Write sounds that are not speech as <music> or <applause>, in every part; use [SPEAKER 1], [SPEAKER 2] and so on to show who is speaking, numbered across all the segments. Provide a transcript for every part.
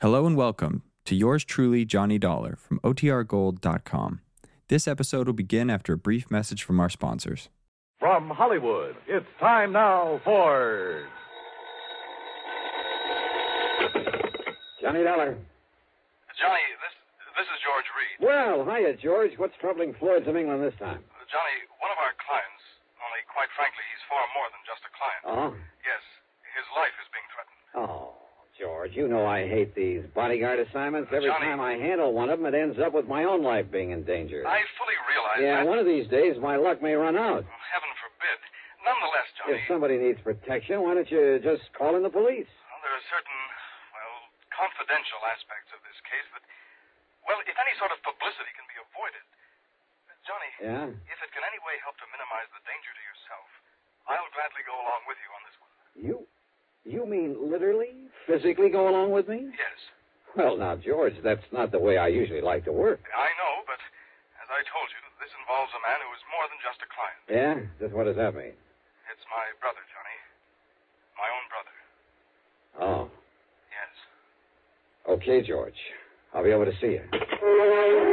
[SPEAKER 1] Hello and welcome to yours truly, Johnny Dollar from OTRGold.com. This episode will begin after a brief message from our sponsors.
[SPEAKER 2] From Hollywood, it's time now for.
[SPEAKER 3] Johnny Dollar.
[SPEAKER 4] Johnny, this this is George Reed.
[SPEAKER 3] Well, hiya, George. What's troubling Floyd's of England this time?
[SPEAKER 4] Johnny, one of our clients, only quite frankly, he's far more than just a client.
[SPEAKER 3] Oh?
[SPEAKER 4] Yes, his life is being threatened.
[SPEAKER 3] Oh, George, you know I hate these bodyguard assignments. Every
[SPEAKER 4] Johnny.
[SPEAKER 3] time I handle one of them, it ends up with my own life being in danger.
[SPEAKER 4] I fully realize
[SPEAKER 3] yeah,
[SPEAKER 4] that.
[SPEAKER 3] one of these days my luck may run out.
[SPEAKER 4] Heaven forbid. Nonetheless, Johnny,
[SPEAKER 3] If somebody needs protection, why don't you just call in the police?
[SPEAKER 4] well, there are certain, well, confidential aspects of this case that, well, if any sort of publicity can be avoided. Johnny,
[SPEAKER 3] Yeah?
[SPEAKER 4] if it can any way help to minimize the danger to yourself, I'll gladly go along with you on this one.
[SPEAKER 3] You. You mean literally, physically go along with me?
[SPEAKER 4] Yes,
[SPEAKER 3] Well, now, George, that's not the way I usually like to work.
[SPEAKER 4] I know, but as I told you, this involves a man who is more than just a client.
[SPEAKER 3] Yeah? Just what does that mean?
[SPEAKER 4] It's my brother, Johnny. My own
[SPEAKER 3] Oh.
[SPEAKER 4] brother. Yes.
[SPEAKER 3] Okay, George. I'll be over to see you.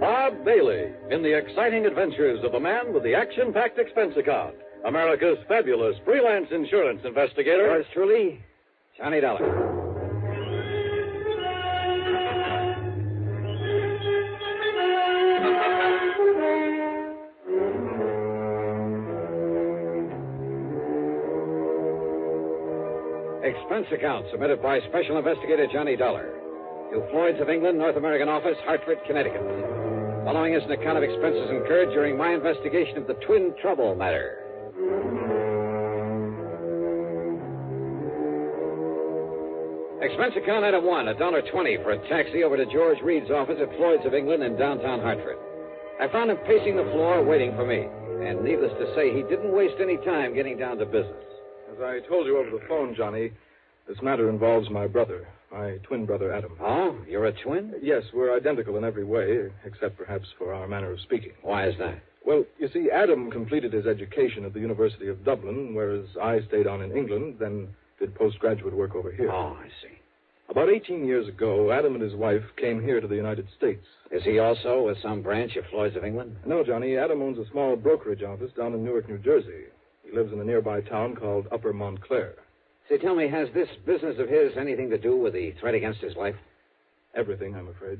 [SPEAKER 3] Bob Bailey in the exciting adventures of the man with the action packed expense account. America's fabulous freelance insurance investigator. Yours truly, Johnny Dollar. Expense account submitted by Special Investigator Johnny Dollar to Floyd's of England, North American Office, Hartford, Connecticut. Following is an account of expenses incurred during my investigation of the Twin Trouble matter. Expense account item one, a dollar twenty for a taxi over to George Reed's office at Floyd's of England in downtown Hartford. I found him pacing the floor waiting for me, and needless to say, he didn't waste any time getting down to business.
[SPEAKER 5] As I told you over the phone, Johnny, this matter involves my brother, my twin brother Adam.
[SPEAKER 3] Oh, you're a twin?
[SPEAKER 5] Yes, we're identical in every way, except perhaps for our manner of speaking.
[SPEAKER 3] Why is that?
[SPEAKER 5] Well, you see, Adam completed his education at the University of Dublin, whereas I stayed on in England, then did postgraduate work over here.
[SPEAKER 3] Oh, I see.
[SPEAKER 5] About 18 years ago, Adam and his wife came here to the United States.
[SPEAKER 3] Is he also with some branch of Floyd's of England?
[SPEAKER 5] No, Johnny, Adam owns a small brokerage office down in Newark, New Jersey. He lives in a nearby town called Upper Montclair.
[SPEAKER 3] Say, tell me, has this business of his anything to do with the threat against his life?
[SPEAKER 5] Everything, I'm afraid.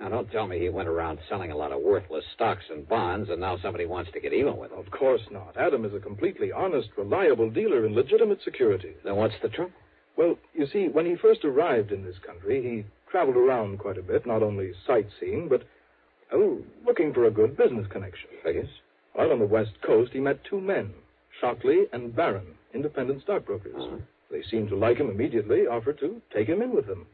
[SPEAKER 3] Now, don't tell me he went around selling a lot of worthless stocks and bonds, and now somebody wants to get even with him.
[SPEAKER 5] Of course not. Adam is a completely honest, reliable dealer in legitimate securities.
[SPEAKER 3] Then what's the trouble?
[SPEAKER 5] Well, you see, when he first arrived in this country, he traveled around quite a bit, not only sightseeing, but oh, looking for a good business connection.
[SPEAKER 3] Figures?
[SPEAKER 5] While on the West Coast, he met two men, Shockley and Barron, independent stockbrokers. They seemed to like him immediately, offered to take him in with them.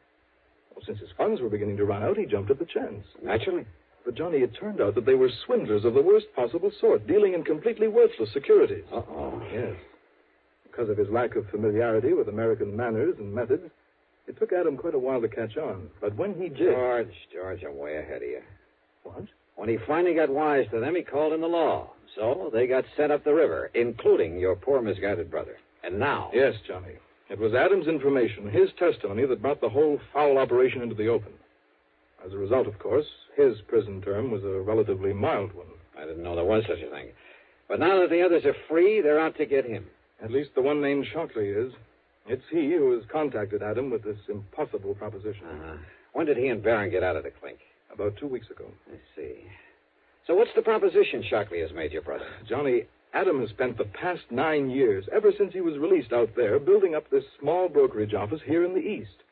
[SPEAKER 5] Well, since his funds were beginning to run out, he jumped at the chance.
[SPEAKER 3] Naturally.
[SPEAKER 5] But, Johnny, it turned out that they were swindlers of the worst possible sort, dealing in completely worthless securities.
[SPEAKER 3] Uh-oh.
[SPEAKER 5] Yes. Because of his lack of familiarity with American manners and methods, it took Adam quite a while to catch on. But when he did.
[SPEAKER 3] George, George, I'm way ahead of you.
[SPEAKER 5] What?
[SPEAKER 3] When he finally got wise to them, he called in the law. So they got sent up the river, including your poor misguided brother. And now...
[SPEAKER 5] Yes, Johnny. It was Adam's information, his testimony, that brought the whole foul operation into the open. As a result, of course, his prison term was a relatively mild one.
[SPEAKER 3] I didn't know there was such a thing. But now that the others are free, they're out to get him.
[SPEAKER 5] At least the one named Shockley is. It's he who has contacted Adam with this impossible proposition
[SPEAKER 3] Uh-huh. When did he and Barron get out of the clink?
[SPEAKER 5] about two weeks ago.
[SPEAKER 3] I see. So what's the proposition Shockley has made your brother?
[SPEAKER 5] Johnny, Adam has spent the past nine years, ever since he was released out there, building up this small brokerage office here in the East.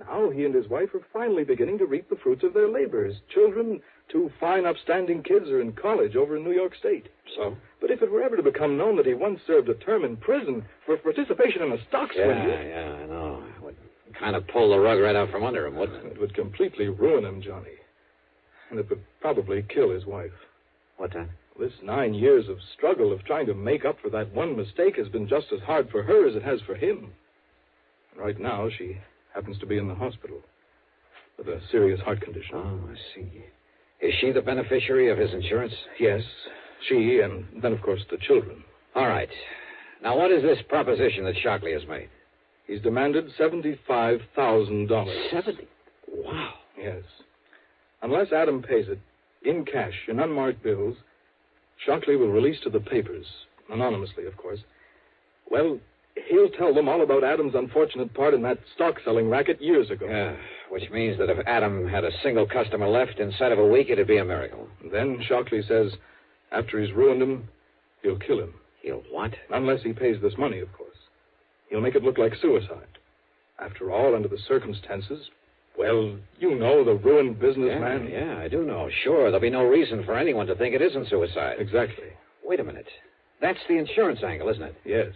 [SPEAKER 5] Now he and his wife are finally beginning to reap the fruits of their labor. His children, two fine, upstanding kids, are in college over in New York State.
[SPEAKER 3] So?
[SPEAKER 5] But if it were ever to become known that he once served a term in prison for participation in a stock
[SPEAKER 3] Yeah,
[SPEAKER 5] swindle,
[SPEAKER 3] yeah, I know. It would kind of pull the rug right out from under him, wouldn't it?
[SPEAKER 5] it would completely ruin him, Johnny. And it would probably kill his wife.
[SPEAKER 3] What that?
[SPEAKER 5] This nine years of struggle of trying to make up for that one mistake has been just as hard for her as it has for him. Right now, she happens to be in the hospital with a
[SPEAKER 3] Ah,
[SPEAKER 5] serious heart condition.
[SPEAKER 3] Oh, I see. Is she the beneficiary of his insurance?
[SPEAKER 5] Yes, She, and then, of course, the children.
[SPEAKER 3] All right. Now, what is this proposition that Shockley has made?
[SPEAKER 5] He's demanded $75,000.
[SPEAKER 3] Seventy. Wow.
[SPEAKER 5] Yes. Unless Adam pays it, in cash, in unmarked bills, Shockley will release to the papers, anonymously, of course. Well, he'll tell them all about Adam's unfortunate part in that stock selling racket years ago.
[SPEAKER 3] Yeah, Uh, which means that if Adam had a single customer left inside of a week, it'd be a miracle.
[SPEAKER 5] Then Shockley says, after he's ruined him, he'll kill him.
[SPEAKER 3] He'll what?
[SPEAKER 5] Unless he pays this money, of course. He'll make it look like suicide. After all, under the circumstances, well, you know the ruined businessman.
[SPEAKER 3] yeah, I do know. Sure, there'll be no reason for anyone to think it isn't suicide.
[SPEAKER 5] Exactly.
[SPEAKER 3] Wait a minute. That's the insurance angle, isn't it?
[SPEAKER 5] Yes.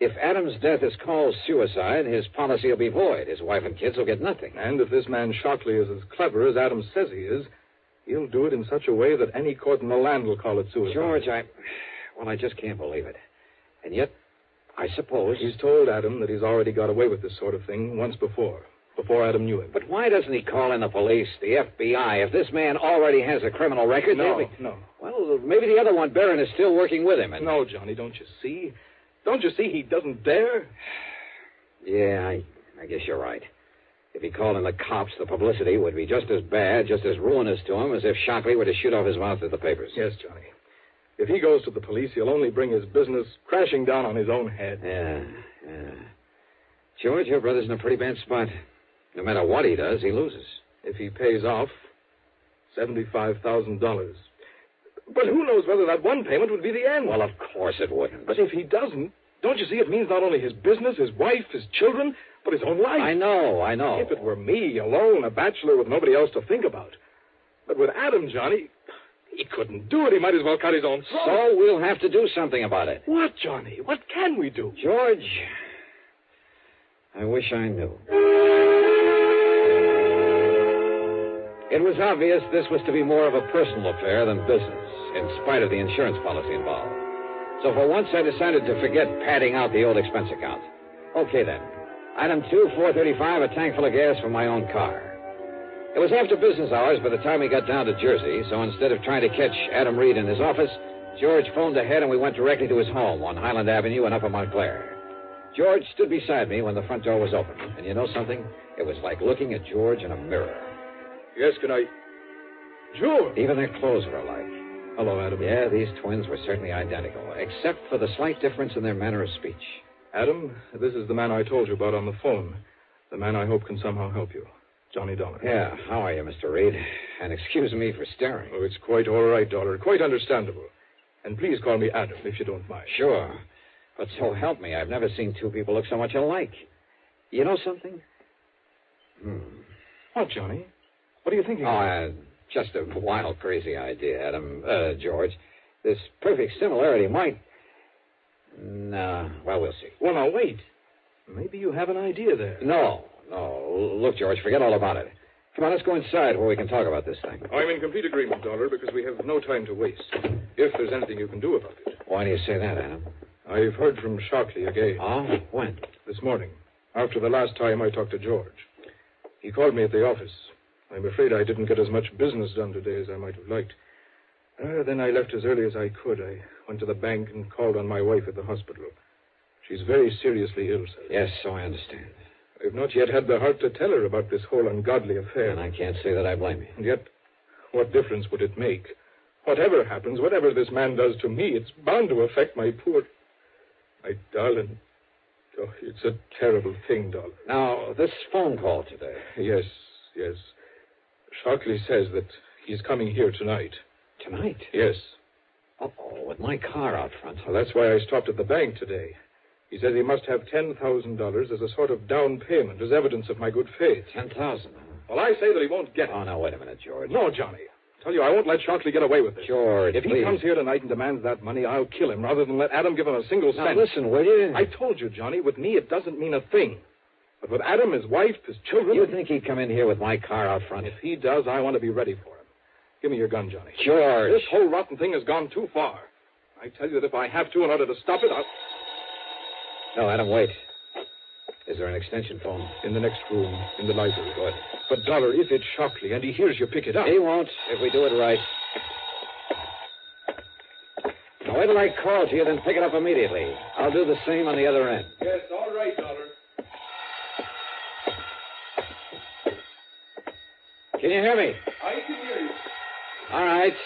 [SPEAKER 3] If Adam's death is called suicide, his policy will be void. His wife and kids will get nothing.
[SPEAKER 5] And if this man Shockley is as clever as Adam says he is, he'll do it in such a way that any court in the land will call it suicide.
[SPEAKER 3] George, I. Well, I just can't believe it. And yet, I suppose.
[SPEAKER 5] He's told Adam that he's already got away with this sort of thing once before, before Adam knew him.
[SPEAKER 3] But why doesn't he call in the police, the FBI? If this man already has a criminal record,
[SPEAKER 5] no,
[SPEAKER 3] they'll be-
[SPEAKER 5] no,
[SPEAKER 3] Well, maybe the other one, Barron, is still working with him. And...
[SPEAKER 5] no, Johnny, don't you see? Don't you see he doesn't dare?
[SPEAKER 3] Yeah, I, I guess you're right. If he called in the cops, the publicity would be just as bad, just as ruinous to him as if Shockley were to shoot off his mouth at the papers.
[SPEAKER 5] Yes, Johnny. If he goes to the police, he'll only bring his business crashing down on his own head.
[SPEAKER 3] Yeah, yeah. George, your brother's in a pretty bad spot. No matter what he does, he loses.
[SPEAKER 5] If he pays off $75,000. But who knows whether that one payment would be the end?
[SPEAKER 3] Well, of course it wouldn't.
[SPEAKER 5] But if he doesn't, don't you see it means not only his business, his wife, his children, but his own life?
[SPEAKER 3] I know, I know.
[SPEAKER 5] If it were me, alone, a bachelor with nobody else to think about. But with Adam, Johnny, he couldn't do it. He might as well cut his own throat.
[SPEAKER 3] So we'll have to do something about it.
[SPEAKER 5] What, Johnny? What can we do?
[SPEAKER 3] George, I wish I knew. It was obvious this was to be more of a personal affair than business, in spite of the insurance policy involved. So for once, I decided to forget padding out the old expense account. Okay then. Item two, 435, a tank full of gas for my own car. It was after business hours by the time we got down to Jersey, so instead of trying to catch Adam Reed in his office, George phoned ahead and we went directly to his home on Highland Avenue and up in Montclair. George stood beside me when the front door was open, and you know something? It was like looking at George in a mirror.
[SPEAKER 5] Yes, good night. Sure.
[SPEAKER 3] Even their clothes were alike.
[SPEAKER 5] Hello, Adam.
[SPEAKER 3] Yeah, these twins were certainly identical, except for the slight difference in their manner of speech.
[SPEAKER 5] Adam, this is the man I told you about on the phone. The man I hope can somehow help you. Johnny Dollar.
[SPEAKER 3] Yeah, how are you, Mr. Reed? And <laughs> excuse me for staring.
[SPEAKER 5] Oh, it's quite all right, Dollar. Quite understandable. And please call me Adam, if you don't mind.
[SPEAKER 3] Sure. But so help me, I've never seen two people look so much alike. You know something?
[SPEAKER 5] What, Oh, Johnny? What are you thinking?
[SPEAKER 3] Oh, uh, just a wild, crazy idea, Adam. Uh, George. This perfect similarity might. No. Well, we'll see.
[SPEAKER 5] Well, now, wait. Maybe you have an idea there.
[SPEAKER 3] No, no. Look, George, forget all about it. Come on, let's go inside where we can talk about this thing.
[SPEAKER 5] I'm in complete agreement, Dollar, because we have no time to waste. If there's anything you can do about it.
[SPEAKER 3] Why do you say that, Adam?
[SPEAKER 5] I've heard from Shockley again
[SPEAKER 3] Oh, when?
[SPEAKER 5] this morning, after the last time I talked to George. He called me at the office. I'm afraid I didn't get as much business done today as I might have liked. Uh, then I left as early as I could. I went to the bank and called on my wife at the hospital. She's very seriously ill, sir.
[SPEAKER 3] Yes, so I understand.
[SPEAKER 5] I've not yet had the heart to tell her about this whole ungodly affair.
[SPEAKER 3] And I can't say that I blame you.
[SPEAKER 5] And yet, what difference would it make? Whatever happens, whatever this man does to me, it's bound to affect my poor. My darling. Oh, it's a terrible thing, darling.
[SPEAKER 3] Now, this phone call today.
[SPEAKER 5] Yes, yes. Shockley says that he's coming here tonight.
[SPEAKER 3] Tonight?
[SPEAKER 5] Yes.
[SPEAKER 3] Uh oh, with my car out front.
[SPEAKER 5] Well, that's why I stopped at the bank today. He says he must have $10,000 as a sort of down payment, as evidence of my good faith.
[SPEAKER 3] 10,000.
[SPEAKER 5] Well, I say that he won't get it.
[SPEAKER 3] Oh, no, wait a minute, George.
[SPEAKER 5] No, Johnny. I tell you, I won't let Shockley get away with this.
[SPEAKER 3] George,
[SPEAKER 5] If he
[SPEAKER 3] please.
[SPEAKER 5] comes here tonight and demands that money, I'll kill him rather than let Adam give him a single
[SPEAKER 3] Now,
[SPEAKER 5] cent.
[SPEAKER 3] listen, will you?
[SPEAKER 5] I told you, Johnny, with me it doesn't mean a thing. But with Adam, his wife, his children.
[SPEAKER 3] You think he'd come in here with my car out front?
[SPEAKER 5] If he does, I want to be ready for him. Give me your gun, Johnny.
[SPEAKER 3] George.
[SPEAKER 5] This whole rotten thing has gone too far. I tell you that if I have to in order to stop it, I'll.
[SPEAKER 3] No, Adam, wait. Is there an extension phone?
[SPEAKER 5] In the next room, in the library. Good. But, Dollar, if it's Shockley and he hears you pick it up.
[SPEAKER 3] He won't if we do it right. Now, wait till I call to you, then pick it up immediately. I'll do the same on the other end.
[SPEAKER 5] Yes, all right, Dollar.
[SPEAKER 3] Can you hear me?
[SPEAKER 5] I can hear you.
[SPEAKER 3] All right.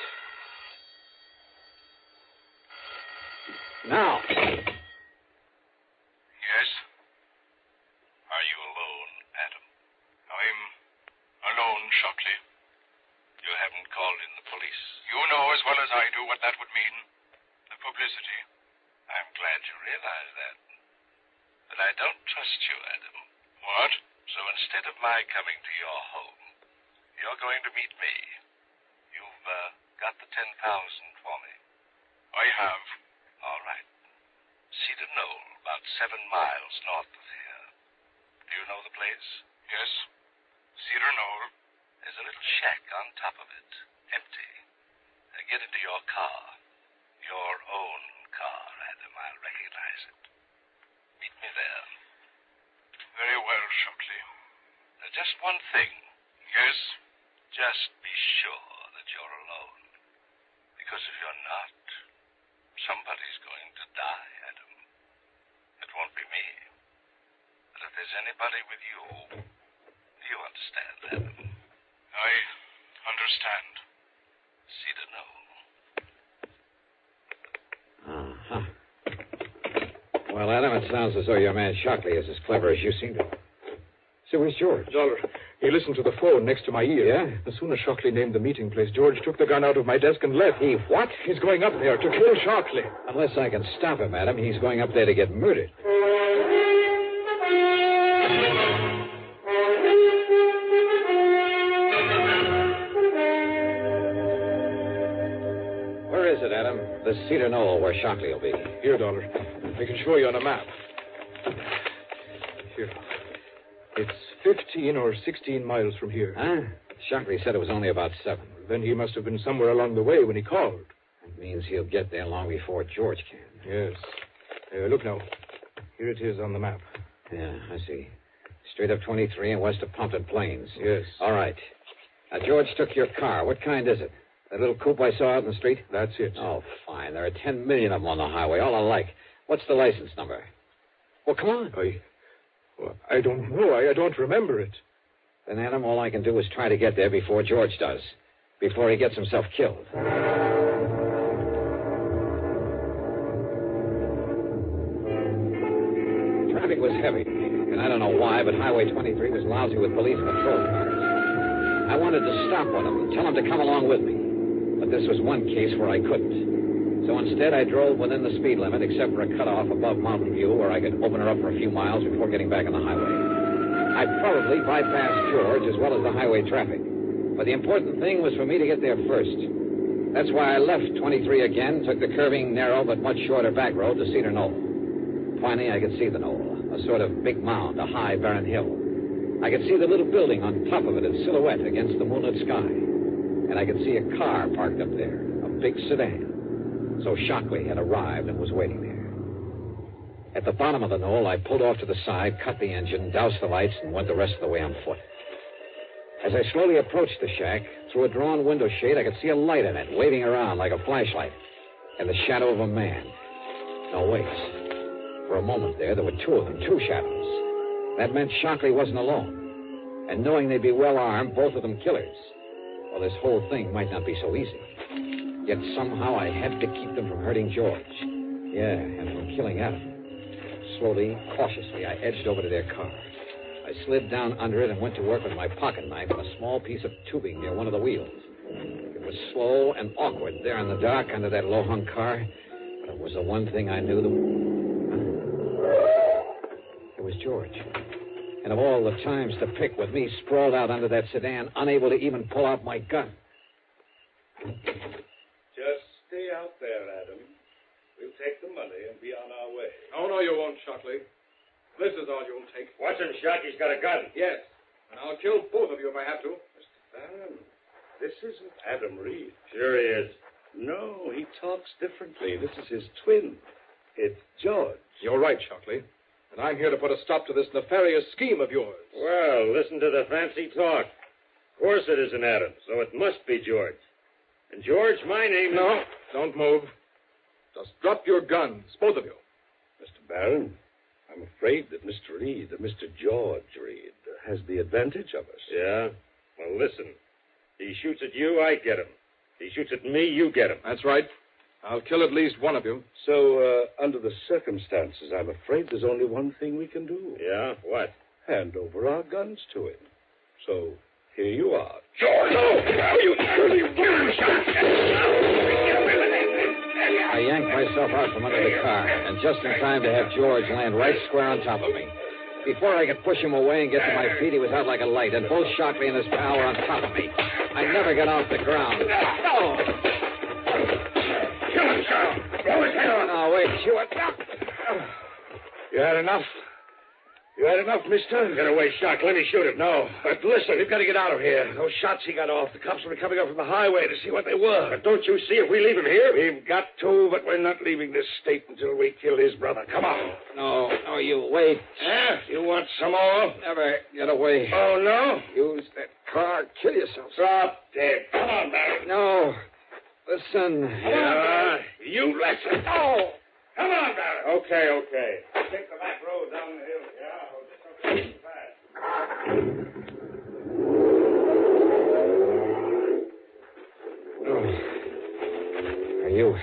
[SPEAKER 3] Now,
[SPEAKER 4] Yes? Are you alone, Adam? I'm alone, Shockley. You haven't called in the police. You know as well as I do what that would mean. The publicity. I'm glad you realize that. But I don't trust you, Adam. What? So instead of my coming to your home, you're going to meet me. You've uh, got the 10,000 for me. I have. All right. Cedar Knoll, about seven miles north of here. Do you know the place? Yes. Cedar Knoll. There's a little shack on top of it, empty. Uh, get into your car. Your own car, Adam. I'll recognize it. Meet me there. Very well, Shockley. Uh, just one thing. Yes? Just be sure that you're alone. Because if you're not, somebody's going to die, Adam. It won't be me. But if there's anybody with you, you understand, Adam. I understand. Cedar Knoll.
[SPEAKER 3] Uh-huh. Well, Adam, it sounds as though your man Shockley is as clever as you seem to. So where's George?
[SPEAKER 5] Dollar, he listened to the phone next to my ear.
[SPEAKER 3] Yeah?
[SPEAKER 5] As soon as Shockley named the meeting place, George took the gun out of my desk and left.
[SPEAKER 3] He what?
[SPEAKER 5] He's going up there to kill Shockley.
[SPEAKER 3] Unless I can stop him, Adam, he's going up there to get murdered. Where is it, Adam? The Cedar Knoll where Shockley will be.
[SPEAKER 5] Here, Dollar. I can show you on a map. Here. It's 15 or 16 miles from here.
[SPEAKER 3] Huh? Shockley said it was only about seven.
[SPEAKER 5] Then he must have been somewhere along the way when he called.
[SPEAKER 3] That means he'll get there long before George can.
[SPEAKER 5] Yes. Uh, look now. Here it is on the map.
[SPEAKER 3] Yeah, I see. Straight up 23 and west of Pompton Plains.
[SPEAKER 5] Yes.
[SPEAKER 3] All right. Now, George took your car. What kind is it? That little coupe I saw out in the street?
[SPEAKER 5] That's it.
[SPEAKER 3] Oh, fine. There are 10 million of them on the highway, all alike. What's the license number? Well, come on.
[SPEAKER 5] I, well, I don't know. I, I don't remember it.
[SPEAKER 3] Then, Adam, all I can do is try to get there before George does, before he gets himself killed. Traffic was heavy, and I don't know why, but Highway 23 was lousy with police patrol cars. I wanted to stop one of them, tell him to come along with me. But this was one case where I couldn't. So instead, I drove within the speed limit, except for a cutoff above Mountain View where I could open her up for a few miles before getting back on the highway. I probably bypassed George as well as the highway traffic. But the important thing was for me to get there first. That's why I left 23 again, took the curving, narrow, but much shorter back road to Cedar Knoll. Finally, I could see the knoll, a sort of big mound, a high, barren hill. I could see the little building on top of it in silhouette against the moonlit sky. And I could see a car parked up there, a big sedan. So Shockley had arrived and was waiting there. At the bottom of the knoll, I pulled off to the side, cut the engine, doused the lights, and went the rest of the way on foot. As I slowly approached the shack, through a drawn window shade, I could see a light in it, waving around like a flashlight, and the shadow of a man. No, wait. For a moment there, there were two of them, two shadows. That meant Shockley wasn't alone. And knowing they'd be well armed, both of them killers, well, this whole thing might not be so easy. Yet somehow I had to keep them from hurting George. Yeah, and from killing Adam. Slowly, cautiously, I edged over to their car. I slid down under it and went to work with my pocket knife and a small piece of tubing near one of the wheels. It was slow and awkward there in the dark under that low hung car, but it was the one thing I knew that. It was George. And of all the times to pick with me sprawled out under that sedan, unable to even pull out my gun.
[SPEAKER 6] Just stay out there, Adam. We'll take the money and be on our way.
[SPEAKER 5] Oh, no, you won't, Shockley. This is all you'll take.
[SPEAKER 6] Watson Sharkey's got a gun.
[SPEAKER 5] Yes. And I'll kill both of you if I have to.
[SPEAKER 6] Adam, this isn't Adam Reed. Sure he is. No, he talks differently. This is his twin. It's George.
[SPEAKER 5] You're right, Shockley. And I'm here to put a stop to this nefarious scheme of yours.
[SPEAKER 7] Well, listen to the fancy talk. Of course it isn't Adam, so it must be George. And George, my name is.
[SPEAKER 5] No, don't move. Just drop your guns, both of you.
[SPEAKER 6] Mr. Barron, I'm afraid that Mr. Reed, that Mr. George Reed, has the advantage of us.
[SPEAKER 7] Yeah? Well, listen. He shoots at you, I get him. He shoots at me, you get him.
[SPEAKER 5] That's right. I'll kill at least one of you.
[SPEAKER 6] So, uh, under the circumstances, I'm afraid there's only one thing we can do.
[SPEAKER 7] Yeah? What?
[SPEAKER 6] Hand over our guns to him. So, here you are.
[SPEAKER 4] George! No! You dirty bastard!
[SPEAKER 3] I yanked myself out from under the car, and just in time to have George land right square on top of me. Before I could push him away and get to my feet, he was out like a light, and both Shockley and his pal were on top of me. I never got off the ground. No!
[SPEAKER 4] Kill him, Charles! Blow his head off!
[SPEAKER 3] No, wait, you are...
[SPEAKER 6] You had enough? You had enough, mister?
[SPEAKER 7] Get away, Shock. Let me shoot him.
[SPEAKER 6] No. But listen, we've got to get out of here. Those shots he got off, the cops will be coming up from the highway to see what they were.
[SPEAKER 7] But don't you see if we leave him here?
[SPEAKER 6] We've got to, but we're not leaving this state until we kill his brother. Come on.
[SPEAKER 3] No, no, you wait.
[SPEAKER 6] Yeah? You want some more?
[SPEAKER 3] Never get away.
[SPEAKER 6] Oh, no?
[SPEAKER 3] Use that car. Kill yourself.
[SPEAKER 6] Drop dead. Come on, Barry.
[SPEAKER 3] No. Listen.
[SPEAKER 6] Yeah, you listen.
[SPEAKER 3] No!
[SPEAKER 6] Come on, Barry.
[SPEAKER 7] Okay, okay.
[SPEAKER 6] Take the back road down the hill. Yeah, fast.
[SPEAKER 3] Are you.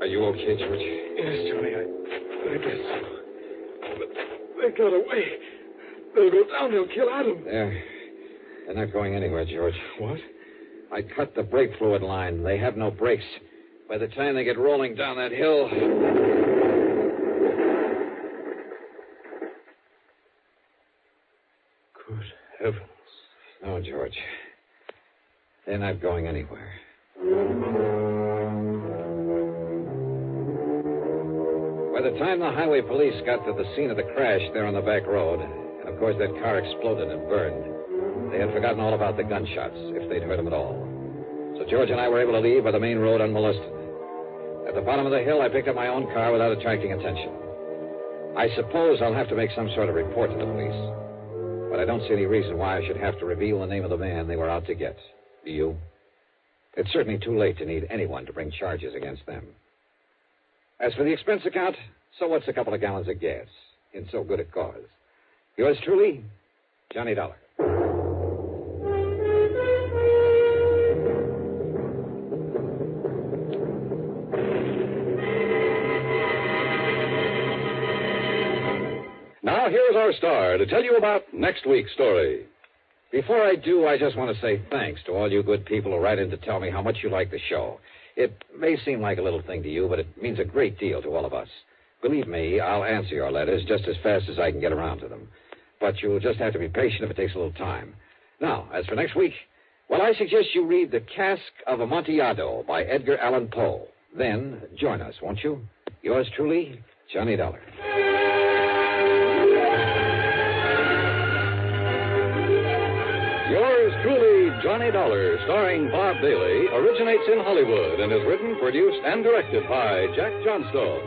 [SPEAKER 3] Are you okay, George?
[SPEAKER 5] Yes, Johnny, I, I guess so. But they got away. They'll go down. They'll kill Adam.
[SPEAKER 3] There. They're not going anywhere, George.
[SPEAKER 5] What?
[SPEAKER 3] I cut the brake fluid line. They have no brakes. By the time they get rolling down that hill.
[SPEAKER 5] Good heavens.
[SPEAKER 3] No, George. They're not going anywhere. By the time the highway police got to the scene of the crash there on the back road, and of course that car exploded and burned, they had forgotten all about the gunshots, if they'd heard them at all. So George and I were able to leave by the main road unmolested. At the bottom of the hill, I picked up my own car without attracting attention. I suppose I'll have to make some sort of report to the police, but I don't see any reason why I should have to reveal the name of the man they were out to get. Do you? It's certainly too late to need anyone to bring charges against them. As for the expense account, so what's a couple of gallons of gas in so good a cause? Yours truly, Johnny Dollar.
[SPEAKER 6] Now, here's our star to tell you about next week's story.
[SPEAKER 3] Before I do, I just want to say thanks to all you good people who write in to tell me how much you like the show. It may seem like a little thing to you, but it means a great deal to all of us. Believe me, I'll answer your letters just as fast as I can get around to them. But you'll just have to be patient if it takes a little time. Now, as for next week, well, I suggest you read The Cask of Amontillado by Edgar Allan Poe. Then join us, won't you? Yours truly, Johnny Dollar.
[SPEAKER 6] Yours truly, Johnny Dollar, starring Bob Bailey, originates in Hollywood and is written, produced, and directed by Jack Johnstone.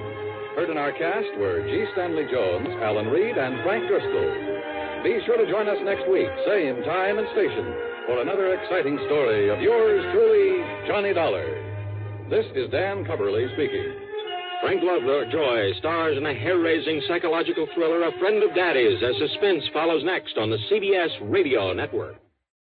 [SPEAKER 6] Heard in our cast were G. Stanley Jones, Alan Reed, and Frank Driscoll. Be sure to join us next week, same time and station, for another exciting story of yours truly, Johnny Dollar. This is Dan Coverly speaking.
[SPEAKER 8] Frank Lovelock Joy stars in a hair raising psychological thriller, A Friend of Daddy's, as suspense follows next on the CBS Radio Network.